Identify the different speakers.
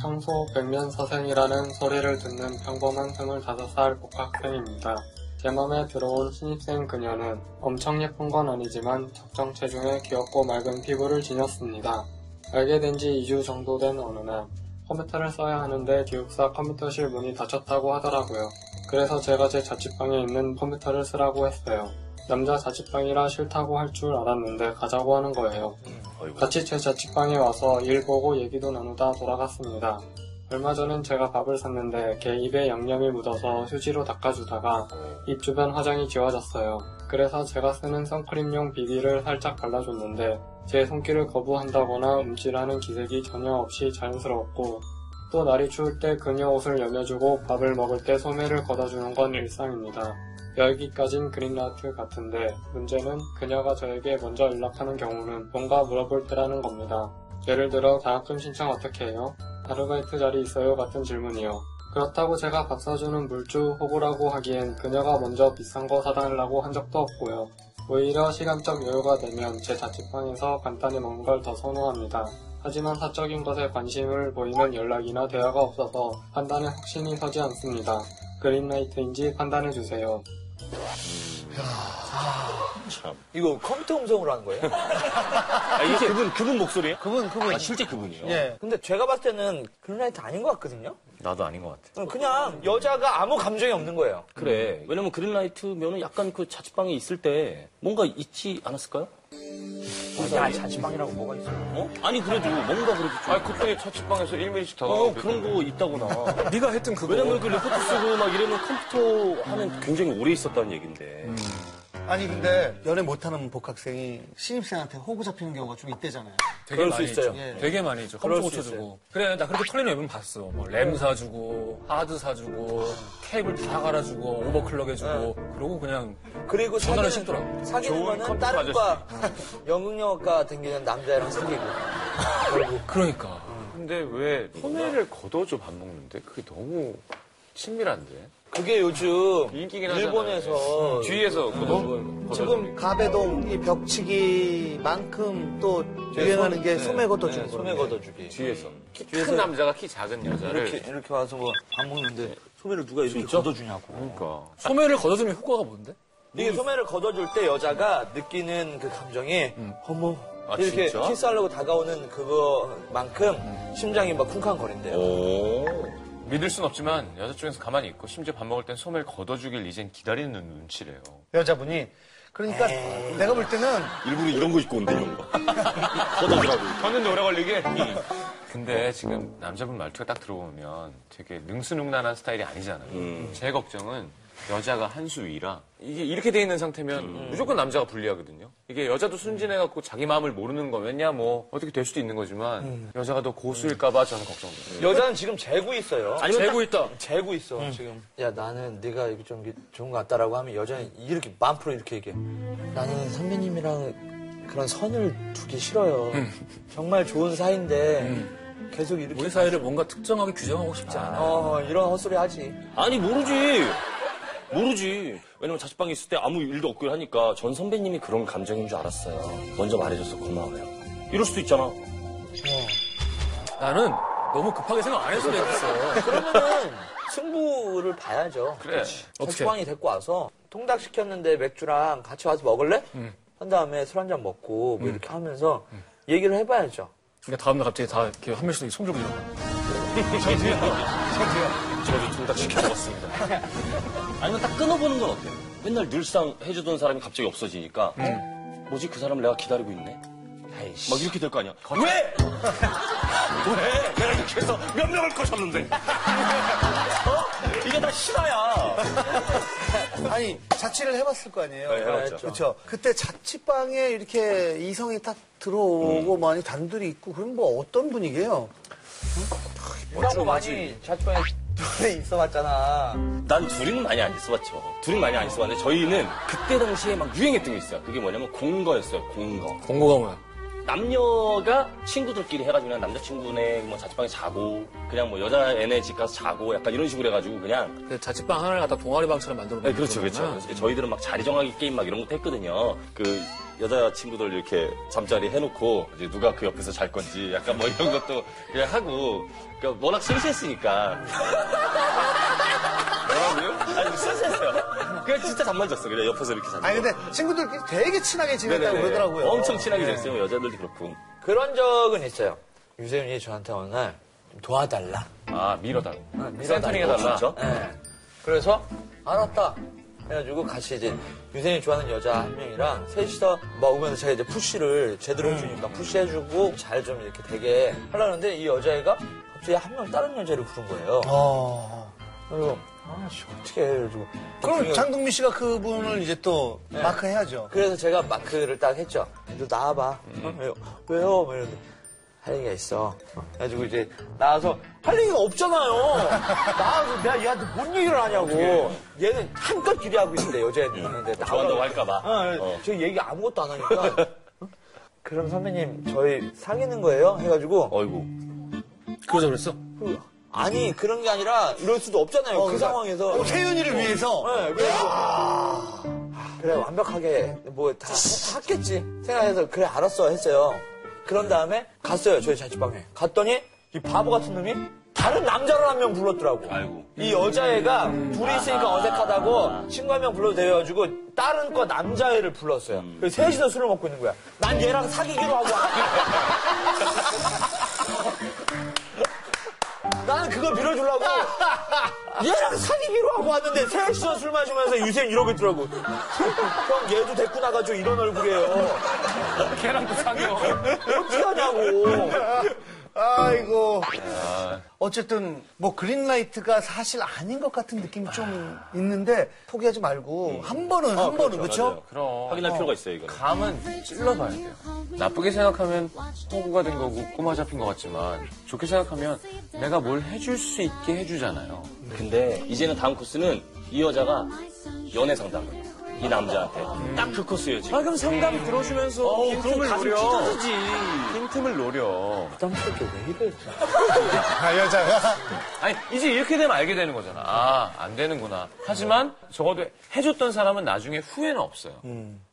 Speaker 1: 평소 백면사생이라는 소리를 듣는 평범한 25살 복학생입니다. 제 맘에 들어온 신입생 그녀는 엄청 예쁜 건 아니지만 적정 체중에 귀엽고 맑은 피부를 지녔습니다. 알게 된 지 2주 정도 된 어느 날 컴퓨터를 써야 하는데 기숙사 컴퓨터실 문이 닫혔다고 하더라고요. 그래서 제가 제 자취방에 있는 컴퓨터를 쓰라고 했어요. 남자 자취방이라 싫다고 할 줄 알았는데 가자고 하는 거예요.
Speaker 2: 뭐.
Speaker 3: 어이구.
Speaker 1: 같이 제 자취방에 와서 일 보고 얘기도 나누다 돌아갔습니다. 얼마 전엔 제가 밥을 샀는데 걔 입에 양념이 묻어서 휴지로 닦아주다가 입 주변 화장이 지워졌어요. 그래서 제가 쓰는 선크림용 비비를 살짝 발라줬는데 제 손길을 거부한다거나 움찔하는 기색이 전혀 없이 자연스러웠고 또 날이 추울 때 그녀 옷을 여며주고 밥을 먹을 때 소매를 걷어주는 건 일상입니다. 여기까진 그린라이트 같은데 문제는 그녀가 저에게 먼저 연락하는 경우는 뭔가 물어볼 때라는 겁니다. 예를 들어 장학금 신청 어떻게 해요? 아르바이트 자리 있어요? 같은 질문이요. 그렇다고 제가 밥 사주는 물주 호구라고 하기엔 그녀가 먼저 비싼 거 사달라고 한 적도 없고요. 오히려 시간적 여유가 되면 제 자취방에서 간단히 먹는 걸 더 선호합니다. 하지만 사적인 것에 관심을 보이는 연락이나 대화가 없어서 판단에 확신이 서지 않습니다. 그린라이트인지 판단해주세요.
Speaker 3: 참.
Speaker 4: 이거 컴퓨터 음성으로 하는 거예요?
Speaker 3: 아, 이게 그분 그분 목소리예요?
Speaker 4: 그분, 그분.
Speaker 3: 아, 실제 그분이요.
Speaker 4: 예. 근데 제가 봤을 때는 그린라이트 아닌 것 같거든요?
Speaker 2: 나도 아닌 것 같아. 음.
Speaker 4: 그럼 그냥 여자가 아무 감정이 없는 거예요.
Speaker 2: 그래.
Speaker 3: 왜냐면 그린라이트면은 약간 그 자취방에 있을 때 뭔가 있지 않았을까요?
Speaker 4: 야, 자취방이라고 뭐가 있어.
Speaker 3: 어? 아니 그래도 뭔가 그래도 좀.
Speaker 5: 아 그때 자취방에서 1매씩 다
Speaker 3: 어 그런 거 있다거나. 네가 했던 그거. 왜냐면 그 리포트 쓰고 막 이러면 컴퓨터 하는 굉장히 오래 있었다는 얘긴데.
Speaker 6: 아니 근데 연애 못하는 복학생이 신입생한테 호구 잡히는 경우가 좀 있대잖아요.
Speaker 7: 되게
Speaker 4: 그럴 수
Speaker 7: 많이
Speaker 4: 있어요.
Speaker 7: 줘.
Speaker 6: 예.
Speaker 7: 되게 많이 줘.
Speaker 4: 그럴
Speaker 7: 컴퓨터
Speaker 4: 수
Speaker 7: 고쳐주고. 그래, 나 그렇게 컬리는 앱은 봤어. 뭐, 램 사주고, 하드 사주고, 케이블 다 갈아주고, 오버클럭 해주고, 그러고 그냥
Speaker 4: 그리고
Speaker 7: 전화를
Speaker 4: 사귀는,
Speaker 7: 씹더라고.
Speaker 4: 사귀는
Speaker 5: 좋은
Speaker 4: 거는
Speaker 5: 컴퓨터
Speaker 4: 다른 과, 영국영어과 댕기는 남자랑 사귀고. 그리고
Speaker 7: 그러니까.
Speaker 5: 근데 왜 소매를 걷어줘 밥 먹는데 그게 너무 친밀한데
Speaker 4: 그게 요즘
Speaker 5: 인기긴 하잖아요.
Speaker 4: 일본에서
Speaker 5: 뒤에서 걷어
Speaker 3: 음.
Speaker 6: 지금 가베동 이 벽치기만큼 또 유행하는 게 소매 걷어주는 거예요.
Speaker 4: 네. 소매 걷어주기.
Speaker 5: 뒤에서 키 큰 남자가 키 작은 여자를
Speaker 4: 이렇게, 이렇게 와서 뭐 밥 먹는데 소매를 누가 이렇게 걷어주냐고.
Speaker 5: 그러니까
Speaker 7: 소매를 걷어주면 효과가 뭔데?
Speaker 4: 이게
Speaker 3: 뭐
Speaker 4: 소매를 걷어줄 때 여자가 느끼는 그 감정이 어머
Speaker 3: 아,
Speaker 4: 이렇게
Speaker 3: 진짜?
Speaker 4: 키스하려고 다가오는 그거만큼 심장이 막 쿵쾅거린대요.
Speaker 3: 오.
Speaker 5: 믿을 순 없지만 여자 쪽에서 가만히 있고 심지어 밥 먹을 땐 소매를 걷어주길 이젠 기다리는 눈치래요
Speaker 6: 여자분이 그러니까 내가 볼 때는
Speaker 3: 일부러 이런 거 입고 온대 이런 거. 걷어주라고.
Speaker 5: 걷는데 오래 걸리게 근데 지금 남자분 말투가 딱 들어보면 되게 능수능란한 스타일이 아니잖아요 제 걱정은 여자가 한 수 위라 이게 이렇게 돼 있는 상태면 무조건 남자가 불리하거든요 이게 여자도 순진해갖고 자기 마음을 모르는 거면야 뭐 어떻게 될 수도 있는 거지만
Speaker 7: 음.
Speaker 5: 여자가 더 고수일까봐 저는 걱정돼요
Speaker 4: 여자는 지금 재고 있어요.
Speaker 3: 아니면 음. 재고 있다.
Speaker 4: 재고 있어 지금. 야 나는 네가 이게 좀 이게 좋은 것 같다라고 하면 여자는 이렇게 만 프로 이렇게 얘기해. 나는 선배님이랑 그런 선을 두기 싫어요.
Speaker 3: 음.
Speaker 4: 정말 좋은 사이인데 계속 이렇게
Speaker 7: 우리 사이를 뭔가 특정하게 규정하고 싶지 않아.
Speaker 4: 어 이런 헛소리 하지.
Speaker 3: 아니 모르지 모르지 왜냐면 자취방에 있을 때 아무 일도 없고 하니까 전 선배님이 그런 감정인 줄 알았어요 먼저 말해줘서 고마워요 이럴 수도 있잖아
Speaker 7: 나는 너무 급하게 생각 안 했어도 됐어.
Speaker 4: 그러면은 승부를 봐야죠.
Speaker 5: 그래.
Speaker 7: 어떻게?
Speaker 4: 자취방이 데리고 와서 통닭 시켰는데 맥주랑 같이 와서 먹을래? 한 다음에 술 한 잔 먹고 뭐 이렇게 하면서 얘기를 해봐야죠.
Speaker 7: 그러니까 다음날 갑자기 다 이렇게 한 명씩 손들고 일어나.
Speaker 2: 저도 둘 다 지켜봤습니다 아니면 딱 끊어보는 건 어때요? 맨날 늘상 해주던 사람이 갑자기 없어지니까 뭐지 그 사람 내가 기다리고 있네
Speaker 4: 아이씨.
Speaker 2: 막 이렇게 될 거 아니야 왜? 왜? 내가 이렇게 해서 몇 명을 거셨는데 어? 이게 다 실화야
Speaker 6: 아니 자취를 해봤을 거 아니에요.
Speaker 2: 네, 해봤죠.
Speaker 6: 그렇죠. 그때 자취방에 이렇게 이성이 딱
Speaker 2: 음.
Speaker 6: 들어오고 많이 단둘이 있고 그럼 뭐 어떤 분위기예요?
Speaker 4: 이런 거 많이 자취방에 둘에 있어봤잖아.
Speaker 2: 난 둘이는 많이 안 써봤죠. 둘은 많이 안 써봤는데 저희는 그때 당시에 막 유행했던 게 있어요. 그게 뭐냐면 공거였어요. 공거.
Speaker 7: 공고가 뭐야?
Speaker 2: 남녀가 친구들끼리 해가지고 그냥 남자친구네 뭐 자취방에 자고 그냥 뭐 여자 애네 집 가서 자고 약간 이런 식으로 해가지고 그냥
Speaker 7: 그 자취방 하나를 갖다 동아리방처럼 만들어 놓은
Speaker 2: 네, 그렇죠 그렇죠
Speaker 7: 거구나.
Speaker 2: 그래서 저희들은 막 자리 정하기 게임 막 이런 것도 했거든요 그 여자 친구들 이렇게 잠자리 해놓고 이제 누가 그 옆에서 잘 건지 약간 뭐 이런 것도 그냥 하고 그러니까 워낙 심심했으니까 뭐라고요? 아니 심심했어요 그냥 진짜 잠만 잤어 그냥 옆에서 이렇게 자는
Speaker 6: 아니
Speaker 2: 거.
Speaker 6: 근데 친구들끼리 되게 친하게 지냈다고
Speaker 2: 네네네.
Speaker 6: 그러더라고요. 네.
Speaker 2: 엄청 친하게 됐어요 뭐 여자들도 그렇고
Speaker 4: 그런 적은 있어요. 유세윤이 저한테 어느 날 도와달라.
Speaker 5: 아, 밀어다.
Speaker 4: 센터링
Speaker 5: 해달라.
Speaker 2: 어, 진짜?
Speaker 4: 예. 그래서 알았다. 해가지고 같이 이제 유세윤이 좋아하는 여자 한 명이랑 셋이서 먹으면서 제가 이제 푸시를 제대로 해주니까 푸시해주고 잘 좀 이렇게 되게 하려는데 이 여자애가 갑자기 한 명 다른 여자를 부른 거예요.
Speaker 6: 어.
Speaker 4: 그래서 아씨 어떻게 해? 그래가지고
Speaker 6: 그럼
Speaker 2: 그렇죠.
Speaker 4: 그냥-
Speaker 6: 장동민 씨가 그분을 이제 또
Speaker 2: 네.
Speaker 6: 마크해야죠.
Speaker 4: 그래서 제가 마크를 딱 했죠. 너 나와봐. 어? 왜요? 왜요? 막 이러는데 할 얘기가 있어. 그래가지고 이제 나와서 할 얘기가 없잖아요. 나와서 내가 얘한테 뭔 얘기를 하냐고. 얘는 한껏 기대하고 있는데 여자애들 있는데
Speaker 2: 좋아한다고
Speaker 4: 나와서
Speaker 2: 할까봐
Speaker 6: 네.
Speaker 4: 어, 저 얘기 아무것도 안 하니까. 어? 그럼 선배님 저희 사귀는 거예요? 해가지고
Speaker 2: 어이구
Speaker 7: 그러자 그랬어?
Speaker 4: 그, 아니 그런 게 아니라 이럴 수도 없잖아요. 그 상황에서.
Speaker 6: 어, 태윤이를 위해서
Speaker 4: 네, 그래가지고
Speaker 2: 네?
Speaker 4: 그래 완벽하게 뭐 다 했겠지 생각해서 그래 알았어 했어요. 그런 다음에 갔어요 저희 자취방에 갔더니 이 바보 같은 놈이 다른 남자를 한 명 불렀더라고.
Speaker 2: 아이고.
Speaker 4: 이 여자애가 둘이 있으니까 어색하다고 친구 한 명 불러도 돼가지고 다른 거 남자애를 불렀어요.
Speaker 5: 음.
Speaker 4: 그래서 셋이서 술을 먹고 있는 거야. 난 얘랑 사귀기로 하고. 왔- 나는 그걸 밀어주려고 얘랑 사귀기로 하고 왔는데 셋이서 술 마시면서 유세윤 이러고 있더라고. 형 얘도 데리고 나가죠 이런 얼굴이에요.
Speaker 5: 걔랑도 상해요.
Speaker 4: 어떻게 하냐고.
Speaker 6: 아이고. 어쨌든 뭐 그린라이트가 사실 아닌 것 같은 느낌이 좀 있는데 포기하지
Speaker 2: 음.
Speaker 6: 말고 한 번은
Speaker 2: 아,
Speaker 6: 한 번은 그렇죠?
Speaker 5: 그럼.
Speaker 2: 확인할 필요가 있어요 이거
Speaker 5: 감은 찔러봐야 돼요. 나쁘게 생각하면 호구가 된 거고 꼬마 잡힌 것 같지만 좋게 생각하면 내가 뭘 해줄 수 있게 해주잖아요.
Speaker 2: 근데 이제는 다음 코스는 이 여자가 연애 상담을 이 남자한테 딱 그 코스예요 지금
Speaker 5: 아, 그럼 상담 네. 들어주면서 틈을 노려. 빈 틈을 노려.
Speaker 4: 부담스럽게 왜 이래.
Speaker 6: 아 여자가
Speaker 5: 아니 이제 이렇게 되면 알게 되는 거잖아. 아 안 되는구나. 하지만 적어도 해줬던 사람은 나중에 후회는 없어요.